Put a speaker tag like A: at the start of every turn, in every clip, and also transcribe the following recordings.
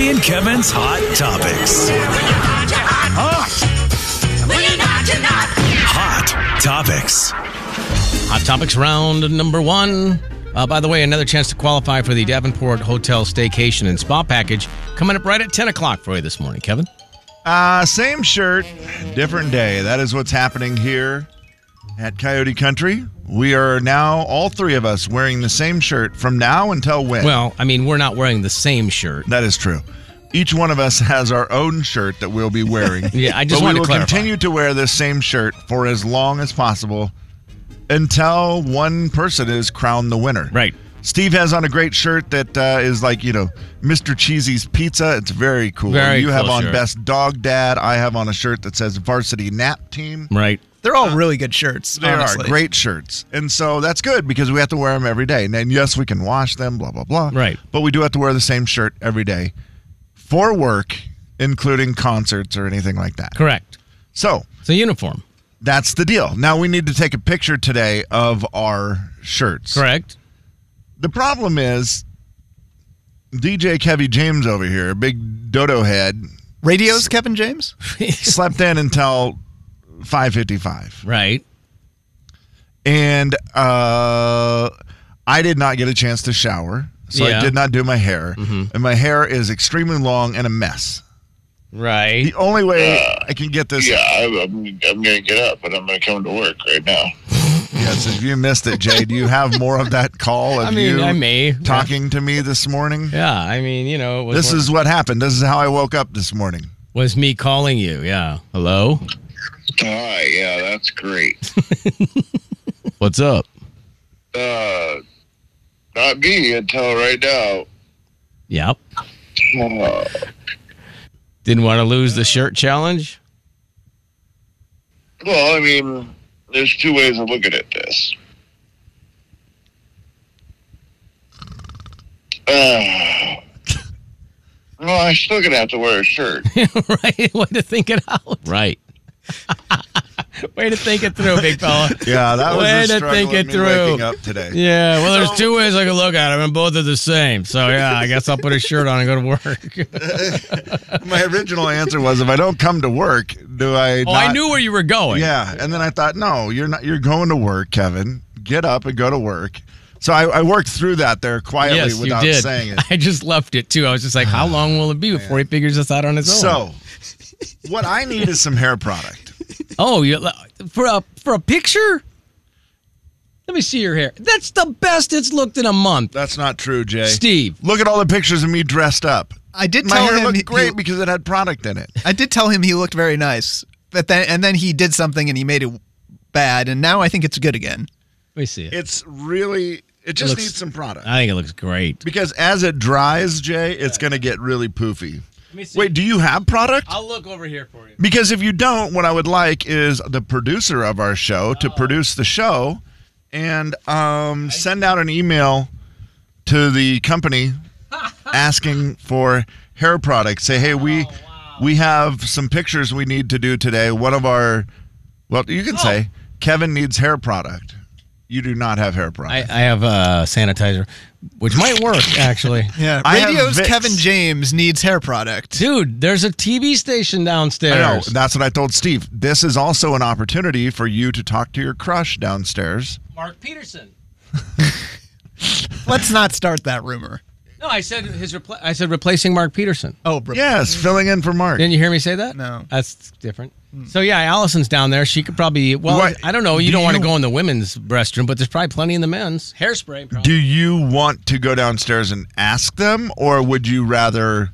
A: Jay and Kevin's Hot Topics. Hot Topics.
B: Hot topics round number one. Uh, by the way, another chance to qualify for the Davenport Hotel Staycation and Spa Package coming up right at 10 o'clock for you this morning, Kevin.
C: Uh, same shirt, different day. That is what's happening here at Coyote Country. We are now, all three of us, wearing the same shirt from now until when?
B: Well, I mean, we're not wearing the same shirt.
C: that is true. Each one of us has our own shirt that we'll be wearing.
B: Yeah, I just
C: but
B: wanted
C: we
B: to
C: will
B: clarify.
C: continue to wear this same shirt for as long as possible until one person is crowned the winner.
B: Right.
C: Steve has on a great shirt that uh, is like you know Mr. Cheesy's Pizza. It's very cool.
B: Very
C: you have
B: cool
C: on
B: shirt.
C: Best Dog Dad. I have on a shirt that says Varsity Nap Team.
B: Right.
D: They're all really good shirts.
C: They
D: honestly.
C: are great shirts, and so that's good because we have to wear them every day. And then yes, we can wash them, blah blah blah.
B: Right.
C: But we do have to wear the same shirt every day for work, including concerts or anything like that.
B: Correct.
C: So
B: It's a uniform.
C: that's the deal. Now we need to take a picture today of our shirts.
B: Correct.
C: The problem is DJ Kevy James over here, big dodo head,
D: Radios, Kevin James?
C: slept in until 5:55.
B: Right.
C: And uh I did not get a chance to shower. So
B: Yeah. Mm-hmm.
C: I did not do my hair. And my hair is extremely long and a mess.
B: Right.
C: The only way I can get this
E: Yeah, I, I'm, I'm going to get up and I'm going to come to work right now.
C: Yes, if you missed it, Jay, do you have more of that call of
B: I mean,
C: you
B: I may.
C: talking to me this morning?
B: Yeah, I mean, you know, it was,
C: This is what happened. This is how I woke up this morning.
B: was me calling you. Yeah. Hello?
E: Hi, yeah, that's great.
B: What's up?
E: Uh, not me until right now.
B: Yep.
E: Uh,
B: Didn't want to lose the shirt challenge?
E: well, I mean, there's two ways of looking at this. Uh, well, I'm still going to have to wear a shirt.
B: right? Way to think it out. Right. Way to think it through, big fella.
C: Yeah, that was
B: Way
C: the
B: to
C: struggle
B: think
C: in
B: it
C: me
B: through.
C: waking up today.
B: Yeah, well, there's two ways I can look at them, and both are the same. So, yeah, I guess I'll put a shirt on and go to work.
C: My original answer was if I don't come to work, do I
B: oh, I
C: not-
B: knew where you were going.
C: Yeah, and then I thought, no, you're not. You're going to work, Kevin. Get up and go to work. So I, I worked through that there quietly
B: Yes, you
C: without
B: did.
C: saying it.
B: I just left it too. I was just like, how long will it be before he figures this out on his own?
C: So, what I need is some hair product.
B: oh, you for a for a picture? Let me see your hair. That's the best it's looked in a month.
C: That's not true, Jay.
B: Steve.
C: look at all the pictures of me dressed up.
D: I did
C: My
D: tell
C: hair
D: him
C: looked
D: he-
C: great
D: he-
C: because it had product in it.
D: I did tell him he looked very nice, but then and then he did something and he made it bad, and now I think it's good again.
B: Let me see it.
C: It's really. It just
B: looks-
C: needs some product
B: I think it looks great.
C: because as it dries, Jay, it's going to get really poofy.
B: me see.
C: Wait, do you have product?
B: I'll look over here for you.
C: Because if you don't, what I would like is the producer of our show to produce the show and um, send out an email to the company asking for hair products. Say, hey, we we have some pictures we need to do today. One of our, well, you can say Kevin needs hair product. You do not have hair
B: I,
C: product.
B: I have uh, sanitizer, which might work actually.
D: Yeah,
C: I have
D: radios.
C: Vicks.
D: Kevin James needs hair product.
B: Dude, there's a TV station downstairs.
C: I know. That's what I told Steve. This is also an opportunity for you to talk to your crush downstairs.
B: Mark Peterson.
D: Let's not start that rumor.
B: No, I said his. Repl- I said replacing Mark Peterson.
D: Oh, bro.
C: Yes, filling in for Mark.
B: Didn't you hear me say that?
D: No.
B: that's different. So yeah, Allison's down there. She could probably. Well,
C: Hmm. What-
B: I don't know. You
C: do
B: do not want to
C: you-
B: go in the women's restroom, but there's probably plenty in the men's. Hairspray. Probably.
C: Do you want to go downstairs and ask them, or would you rather?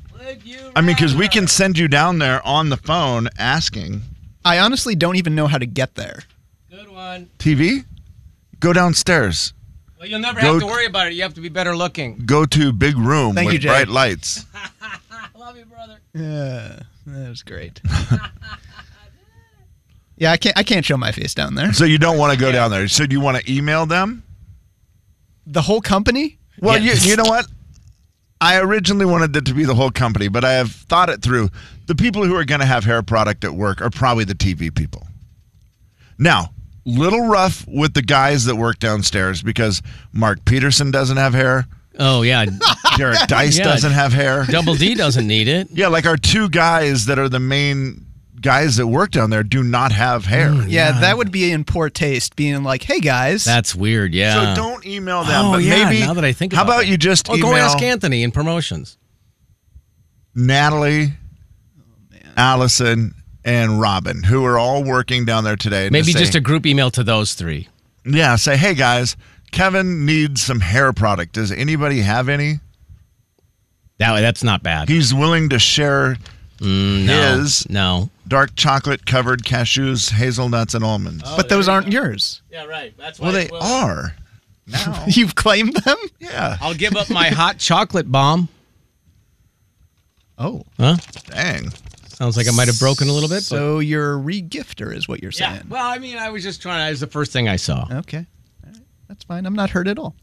C: I mean, because we can send you down there on the phone asking
D: I honestly don't even know how to get there.
B: Good one.
C: TV. Go downstairs.
B: Well, you'll never
C: Go-
B: have to worry about it. You have to be better looking.
C: Go to big room
D: Thank
C: with
D: you, Jay.
C: bright lights.
B: I love you, brother.
D: Yeah, that was great. yeah, I can't. I can't show my face down there.
C: So you don't want to go down there. So do you want to email them?
D: The whole company.
C: Well,
B: Yeah.
C: you you know what? I originally wanted it to be the whole company, but I have thought it through. The people who are going to have hair product at work are probably the TV people. Now, little rough with the guys that work downstairs because Mark Peterson doesn't have hair.
B: Oh yeah,
C: Jared Dice
B: Yeah.
C: doesn't have hair.
B: Double D doesn't need it.
C: Yeah, like our two guys that are the main guys that work down there do not have hair.
B: Mm,
D: Yeah, that would be in poor taste, being like, "Hey guys,
B: That's weird. Yeah.
C: So don't email them.
B: oh
C: but
B: yeah.
C: maybe
B: now that I think
C: how
B: about
C: about
B: it.
C: you just
B: oh,
C: email
B: go ask Anthony in promotions.
C: Natalie, Allison, and Robin, who are all working down there today. to
B: Maybe
C: say-
B: just a group email to those three.
C: yeah. Say hey guys, Kevin needs some hair product. Does anybody have any?
B: That way, that's not bad.
C: He's willing to share
B: Mm, no,
C: his
B: no.
C: dark chocolate covered cashews, hazelnuts, and almonds.
D: but those aren't yours.
B: Yeah, right. That's
C: well, they are.
D: You've claimed them."
C: Yeah.
B: I'll give up my hot chocolate bomb.
D: Oh,
B: Huh?
C: Dang.
B: Sounds like I might have broken a little bit. but-
D: so you're a re-gifter, is what you're
B: yeah.
D: saying?
B: Well, I mean, I was just trying. It was the first thing I saw.
D: Okay, All right. that's fine. I'm not hurt at all.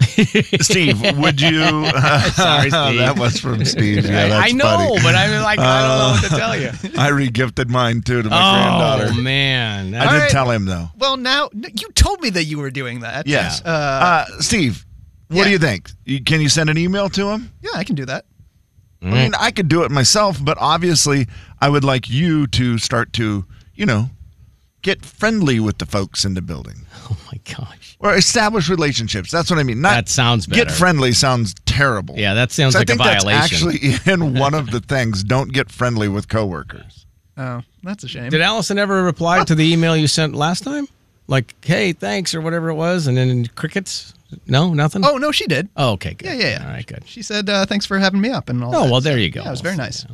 C: Steve, would you?
B: Sorry, Steve.
C: that was from Steve. Yeah, that's
B: I, I know,
C: funny.
B: but I'm like, I don't know what to tell you.
C: I regifted mine too to my granddaughter.
B: Oh man,
C: I
B: That's-
C: did
D: All right.
C: tell him though.
D: Well, now n- you told me that you were doing that.
C: Yes.
D: Uh,
C: Uh, Steve, what do
D: yeah.
C: you think? You- Can you send an email to him?
D: yeah, I can do that.
B: Mm.
C: I mean, I could do it myself, but obviously, I would like you to start to, you know, get friendly with the folks in the building
B: oh my gosh,
C: or establish relationships. That's what I mean. Not
B: that sounds better.
C: get friendly sounds terrible.
B: Yeah, that sounds
C: So
B: like
C: I think
B: a violation.
C: That's actually in one of the things. Don't get friendly with coworkers.
D: Oh, that's a shame.
B: Did Allison ever reply to the email you sent last time? Like, hey, thanks, or whatever it was, and then crickets? No, nothing?
D: oh no, she did.
B: Oh, okay, good.
D: Yeah, yeah, yeah.
B: All right, good.
D: She said, uh, "Thanks for having me up and all."
B: Oh,
D: that.
B: well, there you go.
D: Yeah, it was very nice.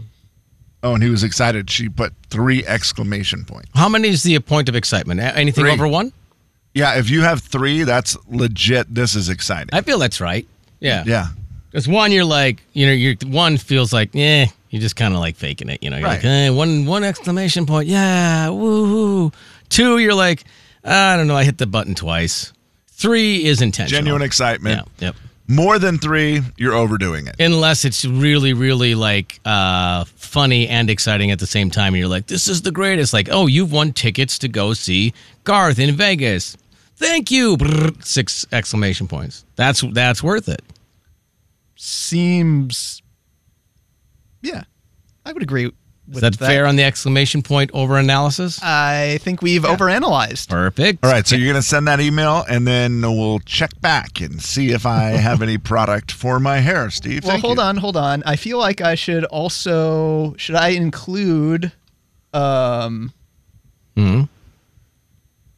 C: Oh, and he was excited. She put three exclamation points.
B: How many is the point of excitement? A- Anything
C: Three.
B: over one?
C: Yeah, if you have three, that's legit. This is exciting.
B: I feel that's right. Yeah.
C: yeah.
B: Because one, you're like, you know, you're, one feels like, eh, you're just kind of like faking it. You know, you're like,
C: Right.
B: eh, one, one exclamation point. Yeah, woohoo. Two, you're like, I don't know, I hit the button twice. Three is intentional.
C: Genuine excitement.
B: Yeah, yep.
C: More than three, you're overdoing it.
B: unless it's really really like uh funny and exciting at the same time and you're like this is the greatest like oh you've won tickets to go see garth in vegas thank you Brrr, six exclamation points that's that's worth it
D: Seems. Yeah, I would agree. With
B: is that, fair on the exclamation point over analysis
D: I think we've overanalyzed.
B: perfect
C: All right, so you're going to send that email, and then we'll check back and see if I have any product for my hair, Steve.
D: Well,
C: thank
D: hold
C: you.
D: on, hold on. I feel like I should also should I include um
B: Mhm.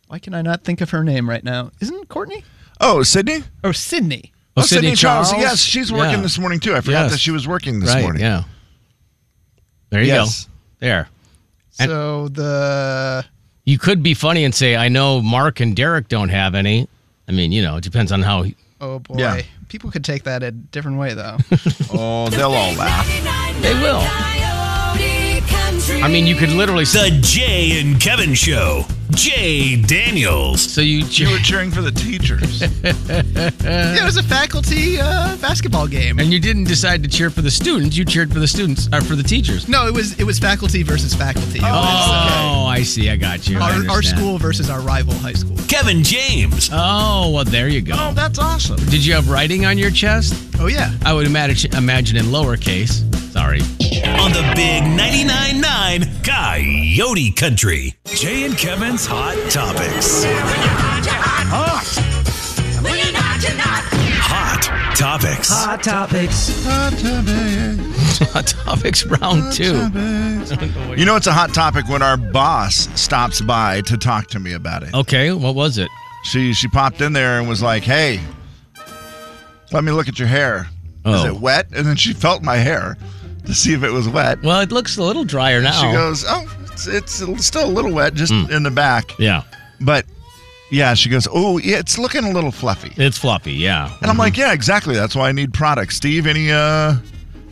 D: Why can I not think of her name right now? Isn't it Courtney?
C: Oh, Sydney?
D: Or Sydney.
B: Oh, Sydney Charles?
C: Yes, she's working
B: Yeah.
C: this morning, too. I forgot
B: Yes.
C: that she was working this
B: right
C: morning.
B: yeah there you
C: Yes.
B: go there And-
D: so the
B: you could be funny and say i know mark and derek don't have any i mean you know it depends on how
D: oh boy.
C: Yeah.
D: People could take that a different way though.
C: Oh, they'll all laugh.
B: They will. i mean you could literally say
A: The Jay and Kevin Show. Jay Daniels.
B: so you
C: You were cheering for the teachers.
D: Yeah, it was a faculty uh, basketball game.
B: And you didn't decide to cheer for the students. You cheered for the students or for the teachers.
D: No, it was it was faculty versus faculty. It was,
B: Oh, I see. I got you. I
D: uh, our, our
B: understand.
D: school versus our rival high school.
A: Kevin James.
B: Oh, well, there you go.
C: oh, that's awesome.
B: Did you have writing on your chest?
D: Oh yeah.
B: I would imagine, imagine in lowercase. Sorry.
A: on the big 99.9 Coyote Country. Jay and Kevin's Hot Topics. Hot Topics. Hot.
C: Hot topic,
B: Hot topics round two.
C: topic. You know, it's a hot topic when our boss stops by to talk to me about it.
B: Okay, what was it?
C: She she popped in there and was like, "Hey, let me look at your hair. Is
B: Oh.
C: it wet?" And then she felt my hair to see if it was wet.
B: Well, it looks a little drier now.
C: She goes, "Oh, it's, it's still a little wet, just
B: Hmm.
C: in the back."
B: yeah,
C: But yeah, she goes, "Oh, yeah, it's looking a little fluffy."
B: it's floppy. Yeah. Mm-hmm.
C: And I'm like, "Yeah, exactly. That's why I need product." Steve, any uh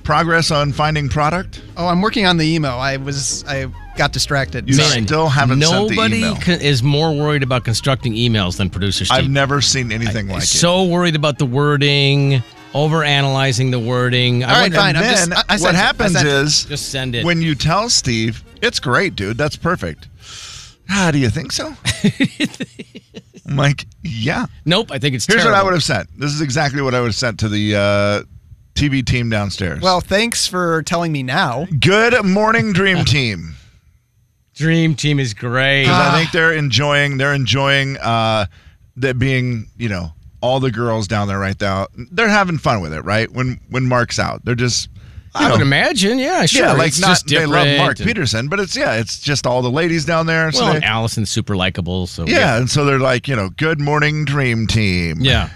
C: progress on finding product?
D: Oh, I'm working on the email. I was I got distracted.
C: You
D: Sorry.
B: Man,
C: still haven't sent the
B: nobody
C: email.
B: co- is more worried about constructing emails than producer Steve.
C: I've never seen anything like it.
B: so worried about the wording, overanalyzing the wording. I
D: All right,
B: wonder-
D: fine.
C: And
D: I'm
C: then
D: just- I- I
C: what
D: sent it. I
C: happens
D: sent it.
C: is
B: Just send it.
C: when you tell Steve, it's great, dude. That's perfect. Ah, do you think so? I'm like, yeah.
B: nope, I think it's
C: Here's what I
B: terrible.
C: would have sent. This is exactly what I would have sent to the uh, TV team downstairs.
D: Well, thanks for telling me now.
C: good morning, Dream Team.
B: Dream Team is great.
C: 'Cause I think they're enjoying. They're enjoying uh, that being. You know, all the girls down there right now. They're having fun with it, right? When when Mark's out, they're just. you
B: I would
C: know,
B: imagine, yeah, sure.
C: oh. Yeah, like
B: it's
C: not
B: just
C: they love
B: different
C: Mark
B: and-
C: Peterson, but it's yeah, it's just all the ladies down there. So
B: Well,
C: they-
B: and Allison's super likable, so
C: yeah, and so they're like, you know, good morning, dream team.
B: yeah,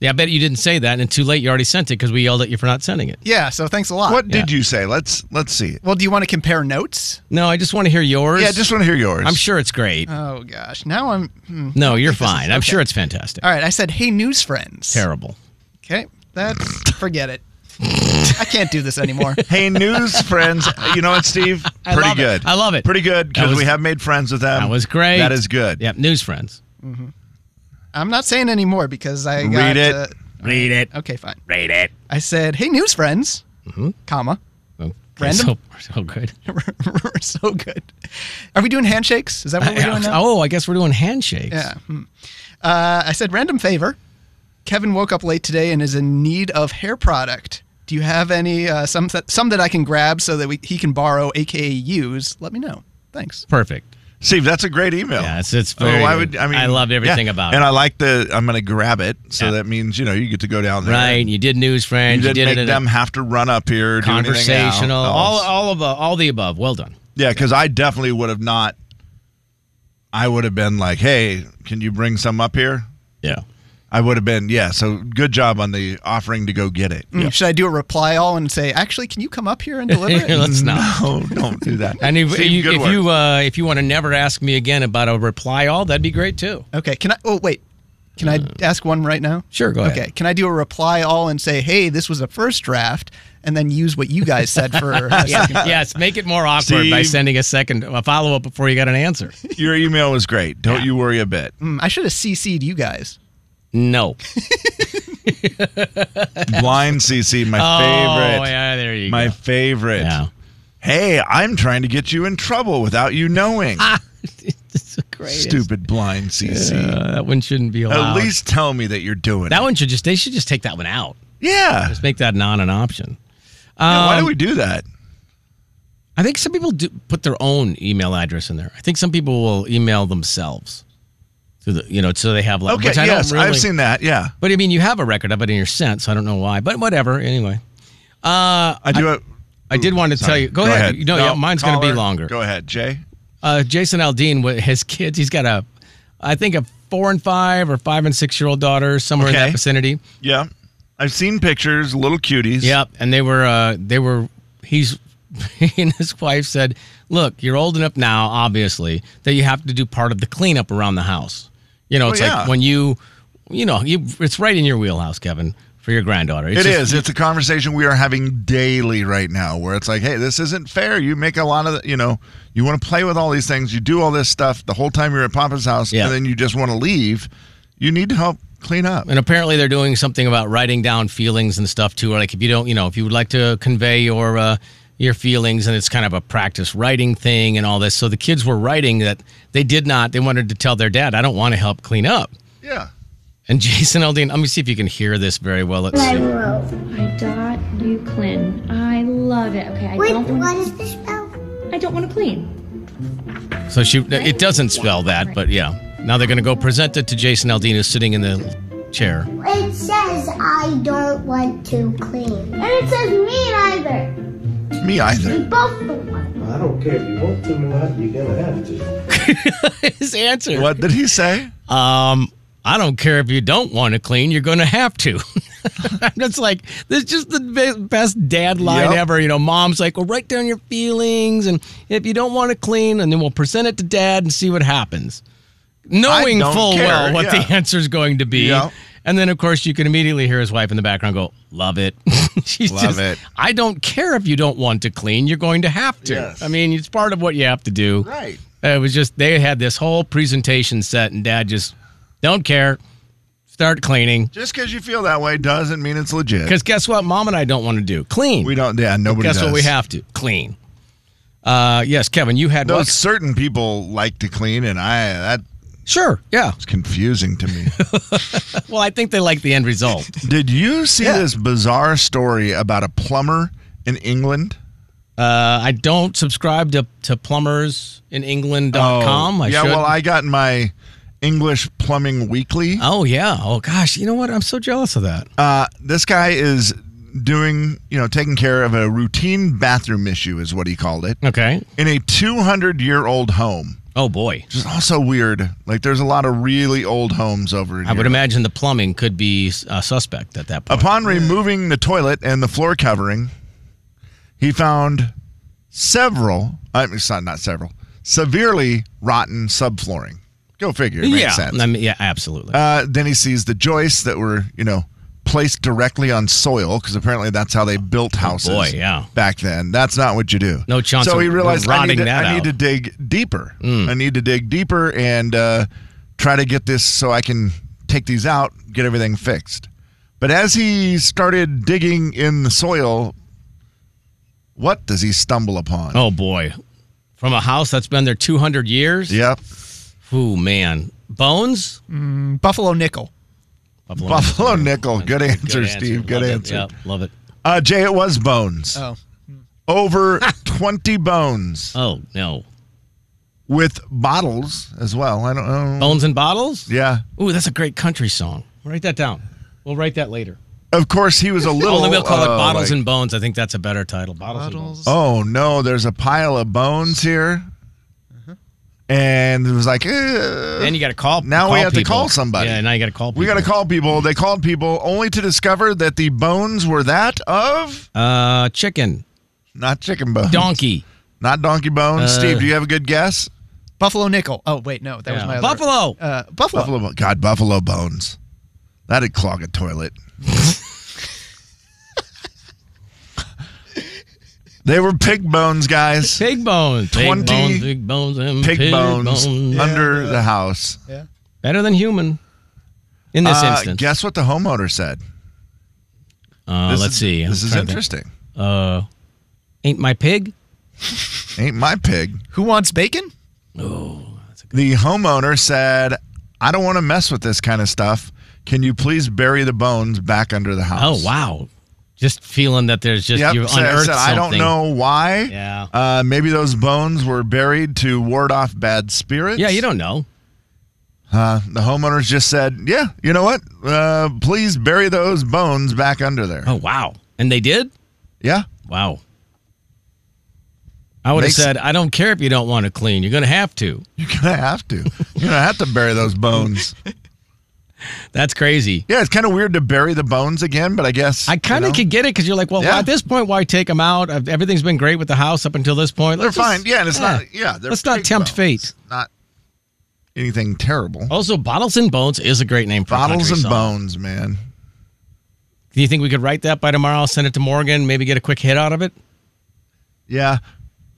B: yeah. I bet you didn't say that, and too late. You already sent it because we yelled at you for not sending it.
D: Yeah, so thanks a lot.
C: What
B: Yeah.
C: did you say? Let's let's see.
D: Well, do you want to compare notes?
B: No, I just want to hear yours.
C: Yeah, just want to hear yours.
B: I'm sure it's great.
D: Oh gosh, now I'm. Hmm.
B: no, you're
D: this is-
B: fine. I'm
D: okay.
B: sure it's fantastic.
D: All right, I said, "Hey, news friends."
B: Terrible.
D: Okay, that's forget it. I can't do this anymore.
C: Hey, news friends. You know what, Steve?
B: I
C: Pretty
B: love it.
C: good.
B: I love it.
C: Pretty good
B: That
C: because
B: was-
C: we have made friends with them.
B: That was great.
C: That is good.
B: Yep. News friends.
D: I'm not saying anymore because I got.
C: Read it.
D: uh,
B: Read it.
D: okay, fine.
B: Read it. Mm-hmm.
D: I said, "Hey, news friends," comma.
B: Okay,
D: Random?
B: Oh, So, so good.
D: We're so good. Are we doing handshakes? Is that what we're doing now?
B: Oh, I guess we're doing handshakes.
D: Yeah. hmm. Uh, I said random favor. Kevin woke up late today and is in need of hair product. Do you have any uh, some that, some that I can grab so that we, he can borrow, aka use? Let me know. Thanks.
B: Perfect.
C: Steve, that's a great email.
B: Yeah, it's- it's
C: Oh,
B: very
C: I
B: good.
C: would. I mean,
B: I loved everything
C: yeah.
B: about
C: And
B: it.
C: I like the. I'm going to grab it, so
B: Yeah.
C: that means you know you get to go down there.
B: Right. You did news
C: You
B: friends.
C: didn't
B: did
C: make
B: it in a
C: them have to run up here. or do anything
B: conversational. All
C: else.
B: all of all the above. Well done.
C: Yeah, because I definitely would have not. I would have been like, "Hey, can you bring some up here?"
B: Yeah.
C: I would have been, yeah. So good job on the offering to go get it.
D: Mm, Should I do a reply all and say, actually, can you come up here and deliver it?
B: Let's not.
C: No, don't do that.
B: And if,
C: Steve,
B: you,
C: good
B: if
C: work.
B: you uh, if you want to never ask me again about a reply all, that'd be great too.
D: Okay. Can I? Oh wait. Can I ask one right now?
B: Uh, Sure, go ahead.
D: Okay. Can I do a reply all and say, hey, this was a first draft, and then use what you guys said for a second?
B: yes, make it more awkward by
C: Steve.
B: sending a second a follow up before you got an answer.
C: your email was great. Don't you worry a bit.
D: Mm, I should have CC'd you guys.
B: No.
C: Blind CC, my
B: Oh
C: favorite.
B: yeah, there you
C: My
B: go.
C: favorite.
B: Yeah.
C: Hey, I'm trying to get you in trouble without you knowing.
B: It's the greatest.
C: Stupid blind CC.
B: Uh, that one shouldn't be allowed.
C: At least tell me that you're doing
B: that Um,
C: it.
B: one should just they should just take that one out.
C: Yeah.
B: Just make that not an option.
C: Yeah, Why do
B: Um,
C: we do that?
B: I think some people do put their own email address in there. I think some people will email themselves. So the, you know, so they have like
C: Okay.
B: which I
C: Yes,
B: don't really,
C: I've seen that. Yeah.
B: But I mean, you have a record of it in your sense. I don't know why, but whatever. Anyway,
C: I do it.
B: I did want to tell you. Go, ahead. You know, yeah, mine's going to be
C: caller,
B: longer.
C: Go ahead, Jay.
B: Uh, Jason Aldean with his kids. He's got a, I think a four and five or five and six year old daughter somewhere in that
C: Okay.
B: vicinity.
C: Yeah. I've seen pictures, little cuties.
B: Yep. And they were, uh, they were, he's, he and his wife said, look, you're old enough now, obviously, that you have to do part of the cleanup around the house. You know,
C: Oh,
B: it's
C: yeah.
B: like when you, you know, you, it's right in your wheelhouse, Kevin, for your granddaughter. It's
C: It
B: just-
C: is. It's a conversation we are having daily right now where it's like, hey, this isn't fair. You make a lot of, the- you know, you want to play with all these things. You do all this stuff the whole time you're at Papa's house
B: Yeah.
C: and then you just want to leave. You need to help clean up.
B: And apparently, they're doing something about writing down feelings and stuff too. Or like, if you don't, you know, if you would like to convey your uh, your feelings, and it's kind of a practice writing thing and all this. So the kids were writing that they did not. They wanted to tell their dad, "I don't want to help clean up."
C: Yeah.
B: And Jason Aldean, let me see if you can hear this very well. Let's
F: I
B: see.
F: love
G: I dot you clean. I love it. Okay, I
F: Wait,
G: don't
F: what
G: want.
F: is this spell?
G: I don't want to clean.
B: So she, it doesn't spell that, but yeah. Now they're going to go present it to Jason Aldean, who's sitting in the chair.
F: It says I don't want to clean. And it says me neither.
C: Me either.
F: Both the one.
H: I don't care if you want to or not, you're gonna have to.
B: His answer.
C: What did he say?
B: um, I don't care if you don't want to clean, you're going to have to. I'm just like, this is just the be- best dad line
C: Yep.
B: ever. You know, mom's like, well, write down your feelings. And if you don't want to clean, and then we'll present it to dad and see what happens. Knowing
C: don't
B: full
C: care,
B: well what
C: yeah.
B: the answer is going to be.
C: Yep.
B: And then, of course, you can immediately hear his wife in the background go, love it. She's
C: Love
B: just,
C: it.
B: I don't care if you don't want to clean, you're going to have to.
C: Yes.
B: I mean, it's part of what you have to do.
C: Right.
B: It was just they had this whole presentation set, and Dad just don't care. Start cleaning
C: Just because you feel that way doesn't mean it's legit.
B: because guess what? Mom and I don't want to do clean.
C: we don't, yeah, nobody
B: guess what
C: does.
B: we have to clean. Uh, yes, Kevin, you had
C: Those
B: what?
C: certain people like to clean, and I, that
B: Sure. Yeah.
C: It's confusing to me.
B: Well, I think they like the end result.
C: Did you see
D: Yeah.
C: this bizarre story about a plumber in England?
B: Uh, I don't subscribe to, to plumbers in England.com. I
C: Oh, yeah.
B: should.
C: Well, I got my English Plumbing Weekly.
B: Oh yeah. Oh gosh. You know what? I'm so jealous of that.
C: Uh, this guy is doing, you know, taking care of a routine bathroom issue, is what he called it,
B: Okay.
C: in a 200 year old home.
B: Oh boy.
C: Which is also weird. Like, there's a lot of really old homes over in
B: I would
C: Europe.
B: imagine the plumbing could be uh, suspect at that point.
C: Upon removing the toilet and the floor covering, he found several, I mean, it's not, not several, severely rotten subflooring. Go figure. It
B: yeah.
C: Makes sense.
B: I mean, yeah. Absolutely.
C: Uh, then he sees the joists that were, you know, placed directly on soil because apparently that's how they built houses.
B: Oh, boy, yeah.
C: Back then, that's not what you do.
B: No chance
C: So
B: of
C: he realized I need
B: rotting
C: to,
B: that
C: I
B: out."
C: need
B: Hmm.
C: to dig deeper. I need to dig deeper and uh, try to get this so I can take these out, get everything fixed. But as he started digging in the soil, what does he stumble upon?
B: oh boy. From a house that's been there 200 years.
C: Yep.
B: Ooh man. Bones.
D: Buffalo nickel.
B: Buffalo,
C: Buffalo nickel. Good answer, Steve. Good
B: Love it.
C: answer.
B: Yep, love it.
C: Uh, Jay, it was bones.
D: Oh.
C: over 20 bones
B: Oh no.
C: with bottles as well. I don't know.
B: Bones and bottles.
C: Yeah.
B: Ooh, that's a great country song. Write that down. We'll write that later.
C: Of course, he was a little.
B: Only we'll call it
C: uh,
B: Bottles
C: like,
B: and Bones. I think that's a better title. Bottles, and Bones.
C: Oh, no, there's a pile of bones here.
B: Uh-huh.
C: And it was like, eh,
B: Then you got to call.
C: Now we
B: call
C: have to
B: people.
C: call somebody.
B: Yeah, now you got to call. People.
C: we got to call people. They called people only to discover that the bones were that of
B: Uh, chicken,
C: not chicken bones,
B: donkey,
C: not donkey bones. Steve,
B: Uh.
C: do you have a good guess?
D: Buffalo nickel. Oh wait, no, that was
B: Yeah.
D: my other-
B: buffalo.
D: Uh, buffalo.
C: Buffalo, bo- God, buffalo bones. That'd clog a toilet. they were pig bones, guys. Pig,
B: pig bones. Pig
C: 20
B: bones. Big bones. And pig,
C: bones, under the house.
B: Better than human. In this
C: Uh,
B: instance.
C: guess what the homeowner said?
B: uh,
C: This
B: let's
C: is-
B: see. I'm
C: This is
B: trying to-
C: interesting.
B: Uh, ain't my pig?
C: Ain't my pig.
D: Who wants bacon?
C: Oh, The homeowner said, I don't want to mess with this kind of stuff. Can you please bury the bones back under the house?
B: Oh wow. Just feeling that there's just
C: Yep.
B: you've
C: so I
B: unearthed
C: said,
B: something.
C: I don't know why.
B: Yeah.
C: Uh, maybe those bones were buried to ward off bad spirits.
B: Yeah, you don't know.
C: Uh, the homeowners just said, yeah, you know what? Uh, please bury those bones back under there.
B: Oh wow. And they did.
C: Yeah.
B: Wow. I would have
C: Makes-
B: said, I don't care if you don't want to clean. You're going to have to.
C: You're going to have to. You're going to have to bury those bones.
B: That's crazy.
C: Yeah, it's kind of weird to bury the bones again, but I guess.
B: I kind of
C: you know,
B: could get it because you're like, well,
C: Yeah.
B: at this point, why take them out? I've- Everything's been great with the house up until this point.
C: They're
B: Let's
C: fine.
B: just-
C: Yeah, and it's not. Yeah. They're
B: Let's not
C: pig
B: tempt
C: bones.
B: fate.
C: Not anything terrible.
B: Also, Bottles and Bones is a great name for a
C: Bottles
B: country
C: and
B: song.
C: bones, man.
B: Do you think we could write that by tomorrow, send it to Morgan, maybe get a quick hit out of it?
C: Yeah.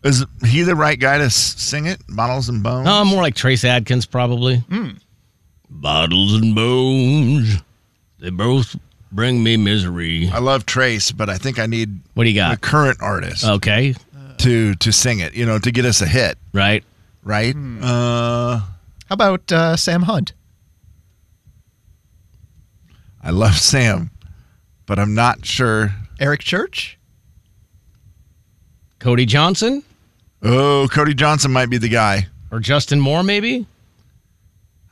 C: Is he the right guy to s- sing it? Bottles and bones?
B: No, Uh, more like Trace Adkins, probably. Bottles and Bones. They both bring me misery.
C: I love Trace, but I think I need
B: What do you
C: a
B: got?
C: current artist
B: Okay,
C: to to sing it, you know, to get us a hit,
B: right.
C: right? Uh
D: How about uh, Sam Hunt?
C: I love Sam, but I'm not sure.
D: Eric Church?
B: Cody Johnson
C: Oh, Cody Johnson might be the guy.
B: or Justin Moore, maybe?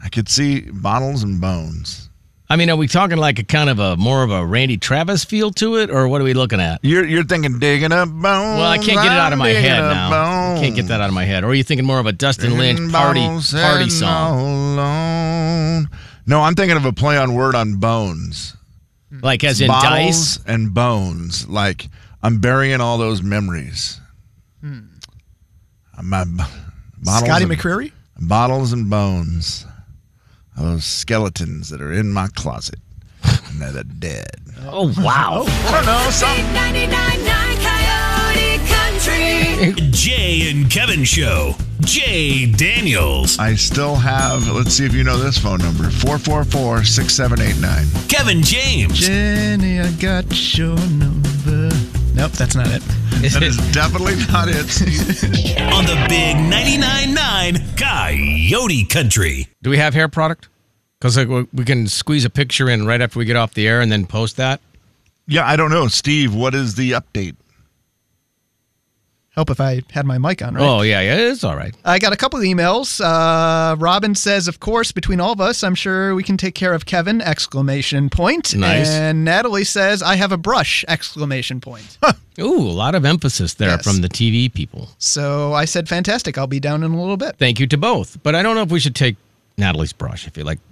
C: I could see bottles and bones.
B: I mean, are we talking like a kind of a more of a Randy Travis feel to it, or what are we looking at?
C: You're you're thinking digging up bones.
B: Well, I can't get it out of my head now. I can't get that out of my head. Or are you thinking more of a Dustin Lynch party party song,
C: No, I'm thinking of a play on word on bones.
B: like as in
C: bottles
B: Dice?
C: and bones. Like I'm burying all those memories.
B: Hmm.
C: My b- bottles
D: Scotty
C: and-
D: McCreery?
C: bottles and bones. Those skeletons that are in my closet. and they're dead.
B: Oh wow!
C: I don't know. Some
A: Jay and Kevin Show. Jay Daniels.
C: I still have, let's see if you know this phone number 444 6789.
A: Kevin James.
D: Jenny, I got your number. Nope, that's not it.
C: That is definitely not it.
A: on the big 99.9 9 Coyote Country.
B: Do we have hair product? Because like we we can squeeze a picture in right after we get off the air and then post that.
C: yeah, I don't know, Steve. What is the update?
D: Help if I had my mic on, right?
B: Oh yeah, yeah, it's all right.
D: I got a couple of emails. Uh, Robin says, "Of course, between all of us, I'm sure we can take care of Kevin!" Exclamation point.
B: Nice.
D: And Natalie says, "I have a brush!" Exclamation point.
B: Ooh, a lot of emphasis there
D: Yes.
B: from the TV people.
D: so I said, "Fantastic! I'll be down in a little bit."
B: Thank you to both, but I don't know if we should take Natalie's brush. If you like,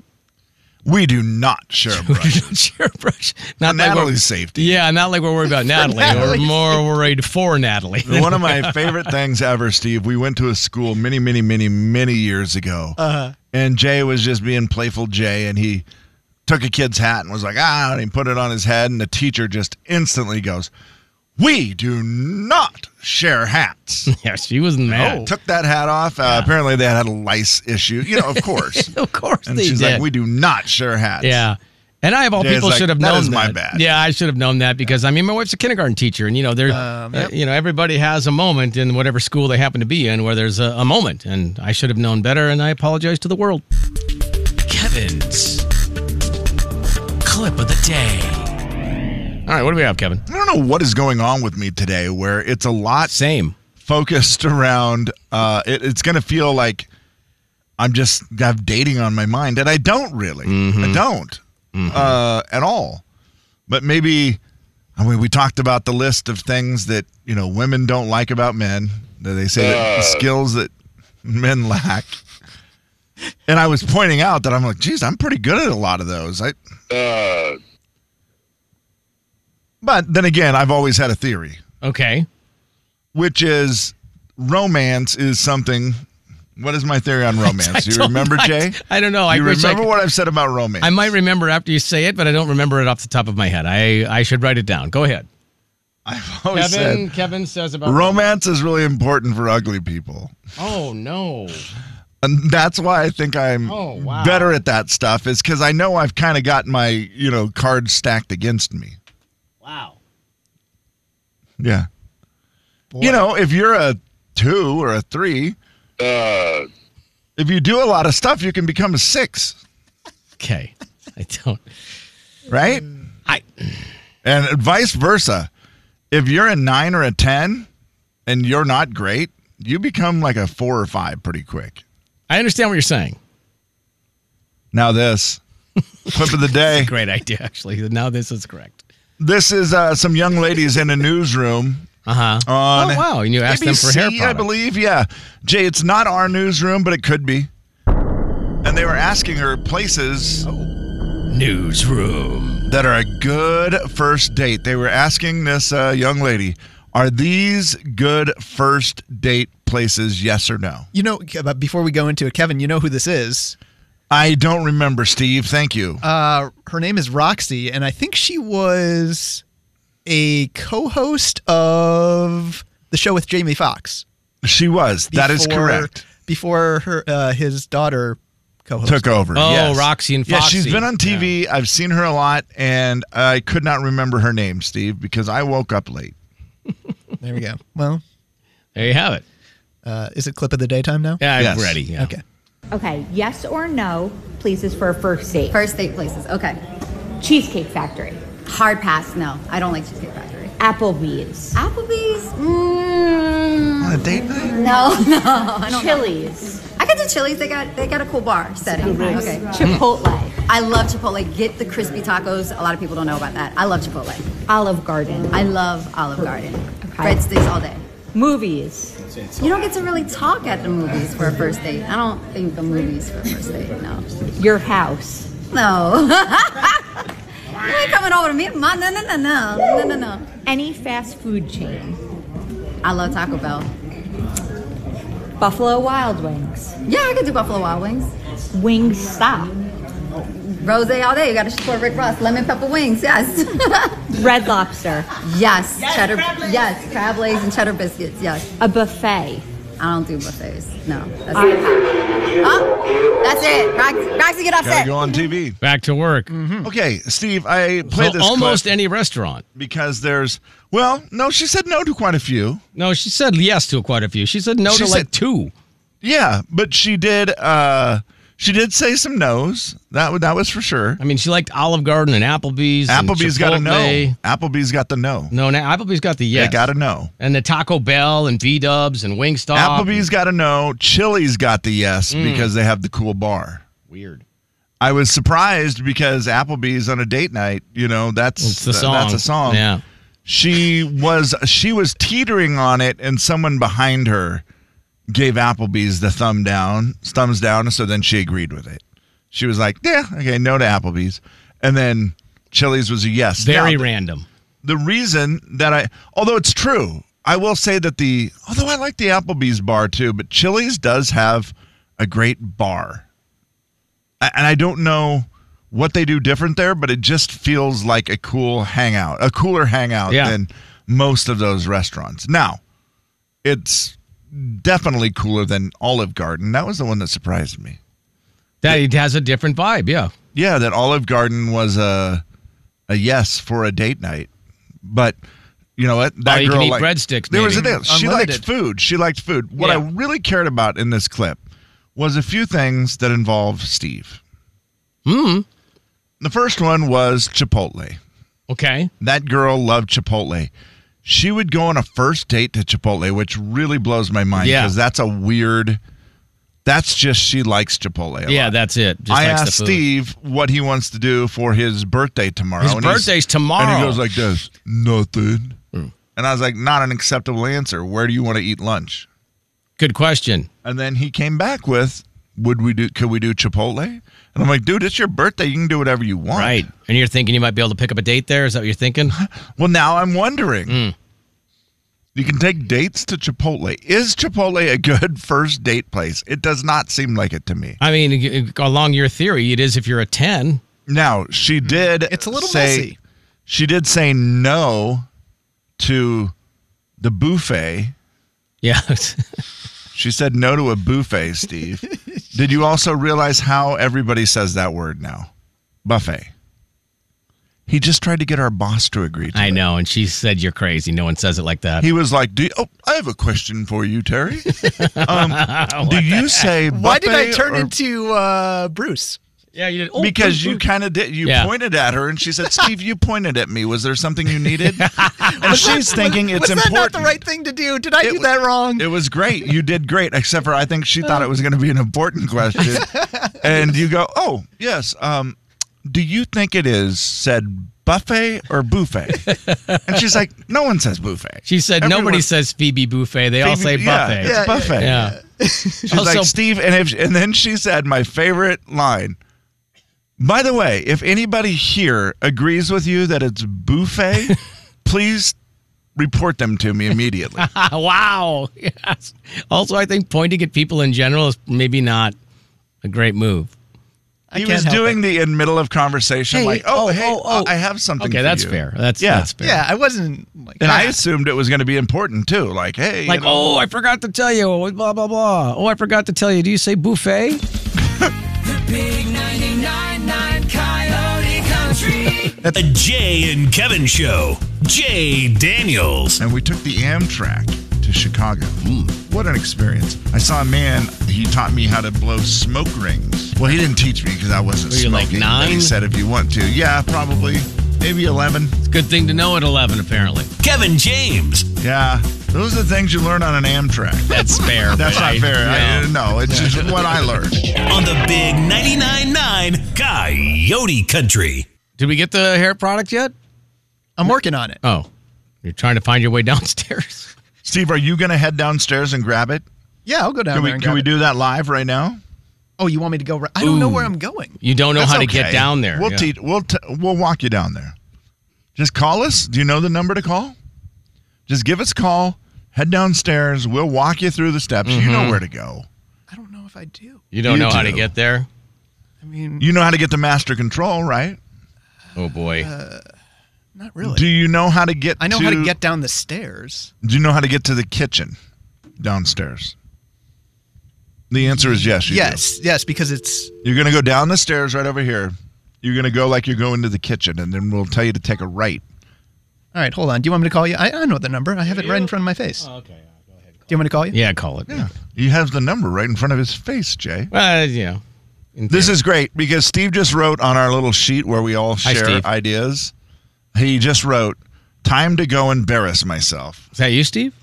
C: We do not share a brush.
B: share a brush. Not like we're-
C: Natalie's safety.
B: Yeah, not like we're worried about Natalie.
D: Natalie's
B: We're more worried for Natalie.
C: One of my favorite things ever, Steve. We went to a school many, many, many, many years ago, uh-huh. and Jay was just being playful Jay, and he took a kid's hat and was like, ah, and he put it on his head, and the teacher just instantly goes, "We do not share hats."
B: yeah, she was mad.
C: Took that hat off. Uh, Apparently, they had a lice issue. You know, of course.
B: Of course
C: and
B: they
C: she's
B: did.
C: like, "We do not share hats."
B: yeah. And I of all
C: Jay's
B: people
C: like,
B: should have
C: "That
B: known
C: is
B: that.
C: my bad.
B: Yeah, I should have known that because I mean, my wife's a kindergarten teacher, and you know, there,
D: Um,
B: uh,
D: yep.
B: you know, everybody has a moment in whatever school they happen to be in where there's a, a moment, and I should have known better, and I apologize to the world.
A: Kevin's clip of the day.
B: All right, what do we have, Kevin?
C: I don't know what is going on with me today, where it's a lot
B: Same.
C: focused around uh it, it's gonna feel like i'm just I have dating on my mind and i don't really i don't uh at all but maybe i mean we talked about the list of things that you know women don't like about men that they say that
E: Uh.
C: skills that men lack and i was pointing out that i'm like geez i'm pretty good at a lot of those i
E: Uh,
C: but then again i've always had a theory
B: Okay.
C: which is romance is something. What is my theory on romance? Do you
B: don't-
C: remember,
B: I-
C: Jay?
B: I don't know.
C: Do
B: I
C: you
B: wish I
C: remember
B: could-
C: what I've said about romance?
B: I might remember after you say it, but I don't remember it off the top of my head. I, I should write it down. Go ahead.
C: I've always
B: Kevin,
C: Oh, said
B: Kevin says about
C: romance is really important for ugly people,
B: Oh no.
C: and that's why I think I'm
B: Oh, wow.
C: better at that stuff. Is because I know I've kind of got my you know cards stacked against me.
B: Wow.
C: Yeah, you know if you're a two or a three,
E: uh,
C: if you do a lot of stuff, you can become a six,
B: Okay. I don't.
C: right?
B: I
C: And vice versa. If you're a nine or a 10 and you're not great, you become like a four or five pretty quick.
B: I understand what you're saying.
C: Now, this clip of the day.
B: Great idea, actually. Now this is correct.
C: This is uh, some young ladies in a newsroom.
B: Uh huh.
C: On
B: oh wow! And you asked them for hair
C: ABC, I
B: product.
C: believe. Yeah. Jay, it's not our newsroom, but it could be. And they were asking her places
A: Newsroom.
C: that are a good first date. They were asking this uh, young lady, are these good first date places, yes or no?
D: You know, uh, but before we go into it, Kevin, you know who this is.
C: I don't remember, Steve. Thank you.
D: Uh, her name is Roxy, and I think she was a co-host of the show with Jamie Foxx.
C: she was. that is
D: before-
C: correct.
D: Before her, uh, his daughter co-hosted.
C: Took over.
B: Oh,
C: yes.
B: Roxy and
C: Yeah,
B: Foxy.
C: she's been on TV. I've seen her a lot, and I could not remember her name, Steve, because I woke up late.
D: There we go. Well,
B: There you have it.
D: uh, is it clip of the daytime now?
B: Yeah,
C: Yes.
B: I'm ready. Yeah.
D: Okay.
I: Okay, yes or no places for a first date?
J: First date places. Okay.
I: Cheesecake Factory,
J: Hard pass. No, I don't like Cheesecake Factory.
I: Applebee's,
J: Applebee's. Mm,
C: On a date night?
J: no, no, I don't. know.
I: Chili's,
J: I could do Chili's. They got they got a cool bar setting. Okay.
I: Chipotle,
J: I love Chipotle. Get the crispy tacos. A lot of people don't know about that. I love Chipotle.
I: Olive Garden,
J: I love Olive Garden.
I: Okay.
J: Breadsticks all day.
I: movies,
J: You don't get to really talk at the movies for a first date. I don't think the movies for a first date. No.
I: your house,
J: No. you ain't coming over to me. Ma, no, no, no, no, no, no, no.
I: any fast food chain,
J: I love Taco Bell.
I: Buffalo Wild Wings,
J: Yeah, I could do Buffalo Wild Wings.
I: Wingstop,
J: Rose all day. You got to support Rick Ross. Lemon pepper wings. Yes.
I: Red Lobster,
J: yes. cheddar. Yes. Crab legs and cheddar biscuits. Yes.
I: a buffet,
J: I don't do buffets. No. That's not oh, that's it. Rox- Roxy, get
C: Gotta
J: upset.
C: go on TV.
B: Back to work.
C: Okay, Steve, I played
B: So
C: Mm-hmm.
B: Hmm.
C: this
B: almost
C: clip
B: any restaurant.
C: because there's well, no, she said no to quite a few.
B: No, she said yes to quite a few. She said no
C: She
B: to
C: said-
B: like two.
C: Yeah, but she did. uh She did say some no's. That wa- that was for sure.
B: I mean, she liked Olive Garden and Applebee's. and
C: Applebee's got a no.
B: Chipotle.
C: Applebee's got the no.
B: No, no, Applebee's got the yes.
C: They got a no.
B: And the Taco Bell and V Dubs and Wingstop.
C: Applebee's got a no. Chili's got the yes
B: Mm.
C: because they have the cool bar.
B: Weird.
C: I was surprised because Applebee's on a date night. You know, that's
B: It's the
C: th-
B: song.
C: That's a song.
B: Yeah.
C: She was she was teetering on it, and someone behind her gave Applebee's the thumb down, thumbs down. So then she agreed with it. She was like, "Yeah, okay, no to Applebee's," and then Chili's was a yes.
B: Very
C: Now,
B: random.
C: the reason that I, although it's true, I will say that the, although I like the Applebee's bar too, but Chili's does have a great bar. A- And I don't know what they do different there, but it just feels like a cool hangout, a cooler hangout
B: Yeah.
C: than most of those restaurants. Now, it's definitely cooler than Olive Garden. That was the one that surprised me.
B: That it has a different vibe. Yeah.
C: Yeah, that Olive Garden was a a yes for a date night, but you know what? That
B: Oh, you can
C: girl
B: eat
C: liked-
B: breadsticks,
C: There was a
B: maybe.
C: deal. She liked
D: Unlimited.
C: food. She liked food. What
B: Yeah.
C: I really cared about in this clip was a few things that involve Steve. Hmm. The first one was Chipotle.
B: Okay.
C: That girl loved Chipotle. She would go on a first date to Chipotle, which really blows my mind
B: Yeah.
C: because that's a weird. That's just she likes Chipotle. A
B: Yeah,
C: lot.
B: that's it. Just
C: I
B: likes the
C: asked
B: food.
C: Steve what he wants to do for his birthday tomorrow.
B: His
C: Oh, and he's-
B: birthday's tomorrow.
C: And he goes like this, nothing. And I was like, not an acceptable answer. Where do you want to eat lunch?
B: Good question.
C: And then he came back with, would we do, could we do Chipotle? And I'm like, dude, it's your birthday. You can do whatever you want.
B: Right. And you're thinking you might be able to pick up a date there? Is that what you're thinking?
C: Well, now I'm wondering.
B: Mm.
C: You can take dates to Chipotle. Is Chipotle a good first date place? It does not seem like it to me.
B: I mean, y- y- along your theory, it is if you're a 10.
C: Now she did.
D: Hmm. It's a little
C: say,
D: messy.
C: She did say no to the buffet.
B: Yeah.
C: She said no to a buffet, Steve. did you also realize how everybody says that word now? Buffet. He just tried to get our boss to agree to
B: I
C: it.
B: know. And she said, You're crazy. No one says it like that.
C: He was like, do you, "Oh, I have a question for you, Terry. um, do you say buffet
D: Why did I turn
C: or-
D: into uh, Bruce?
B: yeah, you did. Oh,
C: Because
B: oh,
C: you
B: oh.
C: kind of did. You
B: Yeah.
C: pointed at her, and she said, "Steve, you pointed at me. Was there something you needed?" and she's thinking it's
D: Was
C: important.
D: that not the right thing to do? Did I
C: It
D: do
C: wa-
D: that wrong?
C: It was great. You did great, except for I think she thought it was going to be an important question. and you go, "Oh, yes. Um, do you think it is said buffet or buffet?" and she's like, "No one says buffet."
B: She said, Nobody
C: Everyone-
B: says Phoebe Buffet. They all say
C: Phoebe- yeah,
B: buffet.
C: It's buffet.
B: Yeah. Oh,
C: She's
B: Also-
C: like Steve, and if and then she said my favorite line. By the way, if anybody here agrees with you that it's buffet, please report them to me immediately.
B: wow. Yes. Also, I think pointing at people in general is maybe not a great move.
D: I
C: he
D: can't
C: was
D: help
C: doing the in middle of conversation,
B: Hey,
C: like, oh,
B: oh,
C: hey,
B: oh, oh."
C: I I have something.
B: Okay,
C: for
B: that's
C: you.
B: fair. That's
C: Yeah.
B: that's
D: it.
B: fair.
D: Yeah, I wasn't like.
C: And I
D: that.
C: assumed it was going to be important too. Like, hey, you
B: Like,
C: know,
B: oh, I forgot to tell you, blah, blah, blah. Oh, I forgot to tell you. Do you say buffet?
A: The Jay and Kevin Show. Jay Daniels.
C: and we took the Amtrak to Chicago. Hmm, What an experience! I saw a man. He taught me how to blow smoke rings. Well, he didn't teach me because I wasn't
B: Were you, like,
C: smoking. but He
B: nine?
C: said, if you want to, yeah, probably, maybe eleven.
B: Good thing to know at 11, apparently.
A: Kevin James.
C: Yeah, those are the things you learn on an Amtrak.
B: That's fair.
C: That's
B: but
C: not
B: I-
C: fair. I-
B: no.
C: no, it's just what I learned.
A: on the big 99.9 Coyote Country.
B: Did we get the hair product yet?
D: I'm working on it.
B: Oh, you're trying to find your way downstairs.
C: Steve, are you going to head downstairs and grab it?
D: Yeah, I'll go down
C: Can
D: there.
C: we
D: and
C: can
D: grab
C: we
D: it.
C: do that live right now?
D: Oh, you want me to go? Ra- I don't know
B: Ooh.
D: where I'm going.
B: You don't know
C: That's
B: how to
C: okay.
B: get down there.
C: We'll
B: Yeah.
C: teach. We'll t- we'll walk you down there. Just call us. Do you know the number to call? Just give us a call. Head downstairs. We'll walk you through the steps. You
B: Mm-hmm.
C: know where to go.
D: I don't know if I do.
B: You don't
C: You
B: know how
C: do.
B: to get there?
D: I mean,
C: You know how to get the master control, right?
B: Oh, boy.
C: Uh,
D: not really.
C: Do you know how to get?
D: I know how to get down the stairs.
C: Do you know how to get to the kitchen downstairs? The answer is yes. You do.
D: Yes, yes, because it's
C: You're going to go down the stairs right over here. You're going to go like you're going to the kitchen, and then we'll tell you to take a right.
D: all right. Hold on. Do you want me to call you? I, I know the number. I have it right in front of my face.
K: Uh,
B: Oh, Okay.
D: Do you want me to call you?
B: Yeah, call it. Yeah.
C: You have the number right in front of his face, Jay.
B: Well, you know. in
C: This
B: theory.
C: is great because Steve just wrote on our little sheet where we all
B: Hi,
C: share
B: Steve.
C: ideas. He just wrote, Time to go embarrass myself.
B: Is that you, Steve?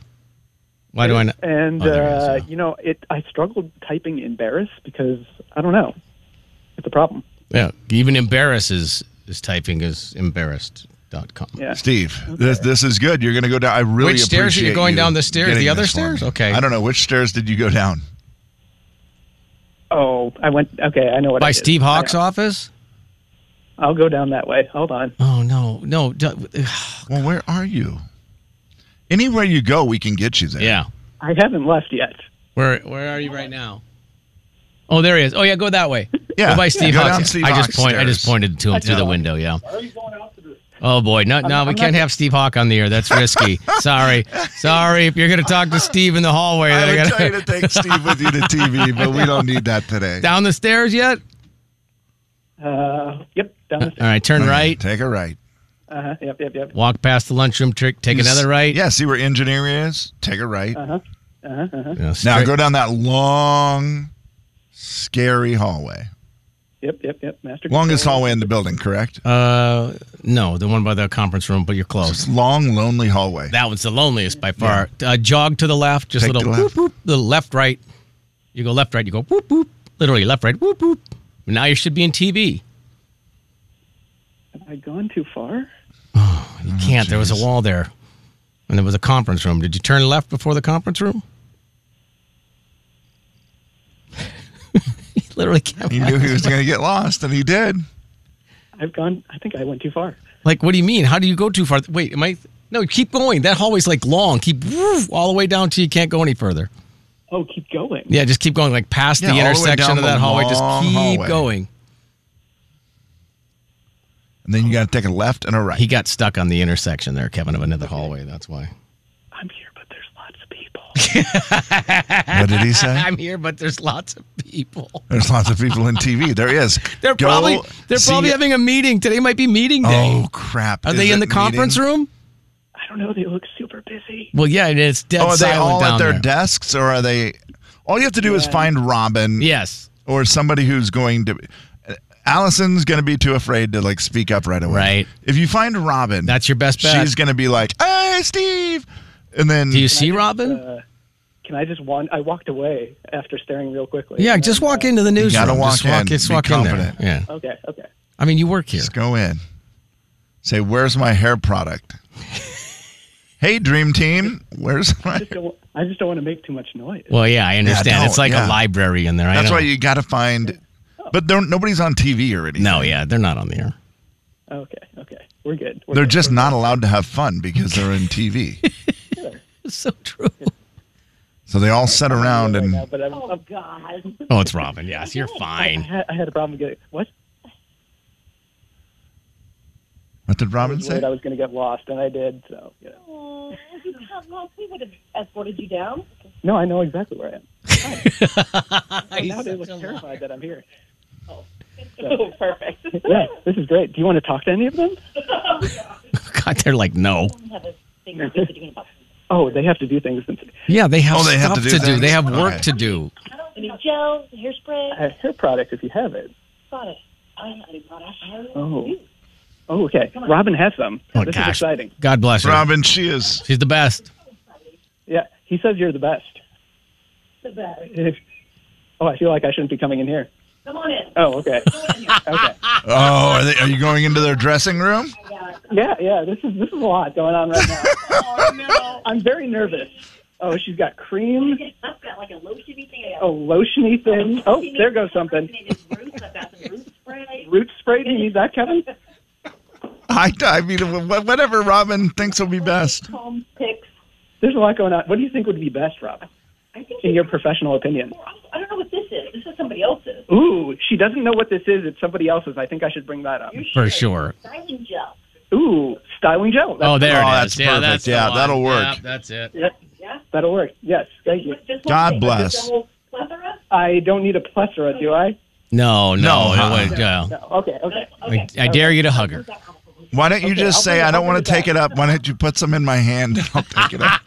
B: Why do I not?
K: And
B: Oh, there it is,
K: uh,
B: yeah.
K: you know, it. I struggled typing embarrass because I don't know. It's a problem.
B: Yeah, even embarrasses is typing is embarrassed.com.
K: Yeah.
C: Steve, this this is good. You're going to go down. I really
B: Which stairs are you
C: appreciate
B: going
C: you
B: down the stairs?
C: getting
B: The other
C: this for
B: stairs?
C: me.
B: Okay.
C: I don't know. Which stairs did you go down?
K: Oh, I went. Okay, I know what.
B: By
K: I did.
B: Steve Hawk's
K: I-
B: office?
K: I'll go down that way. Hold on.
B: Oh, no. No. d-
C: Well, where are you? Anywhere you go, we can get you there.
B: Yeah.
K: I haven't left yet.
B: Where where are you right now? Oh, there he is. Oh, yeah, go that way.
C: Yeah.
B: Go by Steve
C: Go
B: Hawk's.
C: down Steve
B: I just
C: Hawk's
B: point I just
C: stairs.
B: pointed to him through the
K: know.
B: window, yeah.
K: Are you going out to the?
B: Oh boy, no, no, we
K: I'm
B: can't
K: not-
B: have Steve Hawk on the air. That's risky. Sorry, sorry. If you're gonna talk to Steve in the hallway,
C: I
B: they
C: would
B: gotta-
C: tell you to take Steve with you to TV, but we don't need that today.
B: down the stairs yet?
K: Uh, yep. Down the.
B: All right, turn
C: Okay,
B: right,
C: Take a right.
K: Uh, yep. Yep. Yep.
B: walk past the lunchroom, trick, take another right.
C: Yeah, see where engineer is? Take a right.
B: Yeah,
C: Now
B: straight-
C: go down that long, scary hallway.
K: Yep. Yep. Yep. Master.
C: Longest
K: control.
C: hallway in the building, correct?
B: Uh, no, the one by the conference room, but you're close.
C: Long, lonely hallway.
B: That one's the loneliest by far. Uh, jog to the left, just a
C: Take
B: little
C: the
B: whoop,
C: left.
B: whoop, the left, right. You go left, right, you go whoop, whoop, literally left, right, whoop, whoop. Now you should be in TV.
K: Have I gone too far?
B: You
C: Oh,
B: can't, there was a wall there. And there was a conference room. Did you turn left before the conference room? you literally can't.
C: He knew he was going to get lost, and he did.
K: I've gone. I think I went too far.
B: Like, what do you mean? How do you go too far? Wait, am I? No, keep going. That hallway's like long. Keep woof, all the way down till you can't go any further.
K: Oh, keep going.
B: Yeah, just keep going like past
C: Yeah, all
B: the
C: the way
B: intersection
C: down
B: of
C: the
B: that hallway. Just
C: long
B: keep
C: hallway.
B: going.
C: And then you got to take a left and a right.
B: He got stuck on the intersection there, Kevin, of another hallway. That's why.
K: I'm here, but there's lots of people.
C: what did he say?
B: I'm here, but there's lots of people.
C: There's lots of people in TV. There is.
B: They're
C: Go
B: probably they're
C: see-
B: probably having a meeting today. Might be meeting day.
C: Oh crap!
B: Are
C: Is
B: they in the
C: it
B: conference
C: meeting?
B: room?
K: I don't know. They look super busy.
B: Well, yeah, and it's dead
C: Oh, are they
B: silent
C: all
B: down
C: at their
B: there.
C: desks, or are they? All you have to do is find Robin.
B: yes,
C: or somebody who's going to Allison's going to be too afraid to like speak up right away.
B: Right.
C: If you find Robin,
B: That's your best bet.
C: She's going to be like, "Hey, Steve," and then
B: do you see Robin?
K: Can I just want? I walked away after staring real quickly.
B: yeah,
K: And
B: just
K: then,
B: walk
K: uh,
B: into the newsroom.
C: gotta
B: just
C: walk
B: walk,
C: in.
B: Just
C: Be
B: walk in there.
C: confident.
B: Yeah,
K: Okay. Okay.
B: I mean, you work here.
C: just go in, say, "Where's my hair product?" hey, Dream Team, where's my?
K: Just don't, I just don't want to make too much noise.
B: Well, yeah, I understand.
C: don't,
B: it's like
C: yeah.
B: a library in there. I
C: That's
B: know.
C: why you got to find. But they're, nobody's on TV or anything.
B: No, yeah, they're not on the air.
K: Okay. Okay. We're good. We're
C: They're
K: good.
C: just not allowed to have fun because they're in TV.
B: It's so true.
C: so they all sit around
K: Right
C: and
K: now, but I'm, I'm,
B: Oh, it's Robin. Yes, you're
K: I,
B: fine.
K: had, I had a problem getting. What?
C: what did
K: I
C: Robin
K: was
C: say?
K: worried I was going to get lost, and I did. So. You know.
F: We would have escorted you down.
K: No, I know exactly where I am. Hi. now they look terrified that I'm here.
F: Oh, perfect.
K: Yeah, this is great. Do you want to talk to any of them?
B: God, they're like no.
K: Oh, they have to do things. Since,
B: Yeah, they have
C: Oh, they have
B: stuff
C: to do
B: to do.
C: things?
B: They have work
C: Okay.
B: to do.
F: Any gel, hairspray,
K: uh, hair product, if you have it.
F: product. I don't have any product.
K: Oh. Oh, okay. Robin has some.
B: Oh,
K: this
B: gosh.
K: is exciting.
B: God bless her.
C: Robin, she is.
B: She's the best.
K: Yeah, he says you're the best.
F: The best.
K: If, oh, I feel like I shouldn't be coming in here.
F: Come on in.
K: Oh, okay. okay.
C: Oh, are, they, are you going into their dressing room?
K: Yeah, yeah. This is this is a lot going on right now.
F: Oh, no.
K: I'm very nervous. Oh, she's got cream.
F: I've got like a lotiony thing. I got
K: Oh, lotiony thing. Oh, there goes something.
F: roots. I've got some root spray.
K: Root spray. Do you need that, Kevin?
C: I, I mean, wh- whatever Robin thinks will be best.
F: Comb picks.
K: There's a lot going on. What do you think would be best, Rob,
F: I think
K: in
F: you-
K: your professional opinion?
F: I don't know what this is. This is somebody else's.
K: Ooh, she doesn't know what this is. It's somebody else's. I think I should bring that up.
B: For sure.
F: Styling gel.
K: Ooh, styling gel. That's-
B: Oh, there
C: Oh,
B: it
C: that's
B: is. Yeah,
C: perfect.
B: that's the
C: Yeah,
B: one.
C: that'll work.
B: Yep, that's it.
K: That'll work. Yes, thank you.
F: Just one
C: God
F: thing.
C: bless.
F: Just a whole plethora.
K: I don't need a plethora, do I?
B: No, no,
C: No, uh-uh.
B: no, wait, no.
K: No. Okay. Okay.
B: I, I dare you to hug her.
C: Why don't you
K: Okay,
C: just
K: I'll
C: say,
K: bring it-
C: I don't
K: I'll
C: want to
K: bring it
C: take it up. Why don't you put some in my hand? I'll take it up.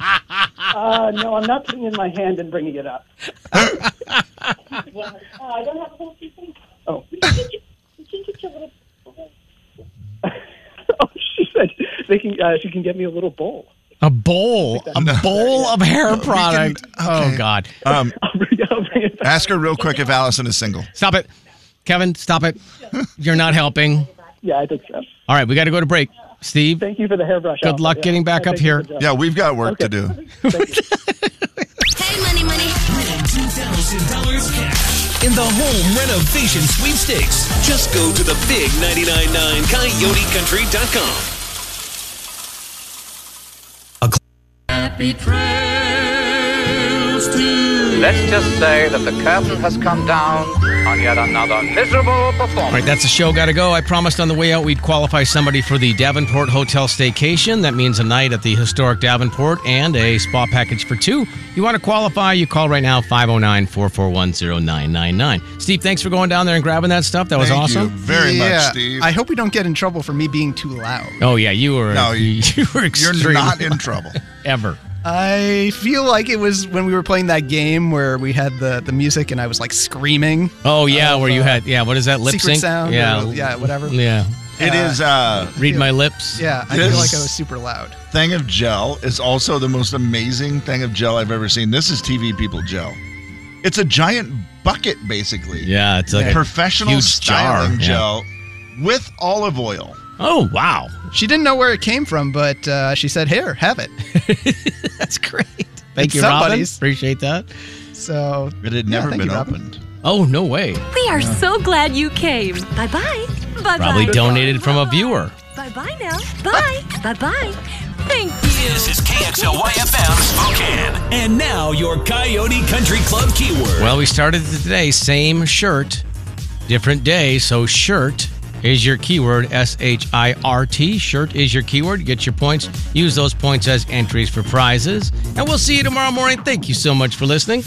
K: Uh, no, I'm not putting it in my hand and bringing it up.
F: uh,
K: Oh. oh, she said they can. Uh, she can get me a little bowl.
B: A bowl, a bowl of hair product. Oh
C: okay.
B: God!
C: Um,
K: I'll bring, I'll bring it back.
C: ask her real quick if Allison is single.
B: Stop it, Kevin. Stop it. You're not helping.
K: Yeah, I think so.
B: All right, we got to go to break. Steve,
K: Thank you for the hairbrush.
B: Good
K: Alpha.
B: luck getting back
K: Thank
B: up
K: you
B: here.
K: for the-
C: Yeah, we've got work to do.
F: Hey, money, money.
A: $2,000 cash in the home renovation sweepstakes. Just go to the big 999 coyotecountry.com.
L: Let's just say that the curtain has come down on yet another miserable
B: All
L: performance.
B: right, that's the show. Got to go. I promised on the way out we'd qualify somebody for the Davenport Hotel staycation. That means a night at the historic Davenport and a spa package for two. You want to qualify? You call right now 509 441 0999. Steve, thanks for going down there and grabbing that stuff. That was
C: Thank
B: awesome.
C: you very much,
D: Yeah,
C: Steve.
D: I hope we don't get in trouble for me being too loud.
B: Oh, yeah, you were.
C: No,
B: you,
C: you-
B: were
C: You're
B: extremely
C: not in trouble.
B: ever.
D: I feel like it was when we were playing that game where we had the, the music and I was like screaming.
B: Oh, yeah,
D: Of,
B: where you
D: uh,
B: had, yeah, what is that? Lip
D: secret
B: sync?
D: sound or-
B: yeah.
D: yeah, whatever.
B: Yeah.
C: It is uh,
B: Read my lips.
D: Yeah, I
C: This-
D: feel like I was super loud.
C: thing of gel is also the most amazing thing of gel I've ever seen. This is TV people gel. It's a giant bucket, basically.
B: Yeah, it's like a
C: Professional
B: huge jar.
C: styling
B: Yeah.
C: gel with olive oil.
B: Oh, wow.
D: She didn't know where it came from, but uh, she said, "Here, have it."
B: That's great. Thank
D: It's
B: you, Robin.
D: somebody's.
B: Appreciate that.
D: So
C: It had
D: yeah,
C: never
D: thank
C: been
D: you, Robin.
C: opened.
B: Oh, no way.
M: We are so glad you came. Bye bye. Bye bye.
B: Probably donated from a viewer.
M: Bye bye now. Bye. bye bye. Thank you.
A: This is KXLY FM Spokane. And now your Coyote Country Club keyword.
B: Well, we started today, same shirt, different day. So, shirt is your keyword, S H I R T. Shirt is your keyword. Get your points. Use those points as entries for prizes. And we'll see you tomorrow morning. Thank you so much for listening.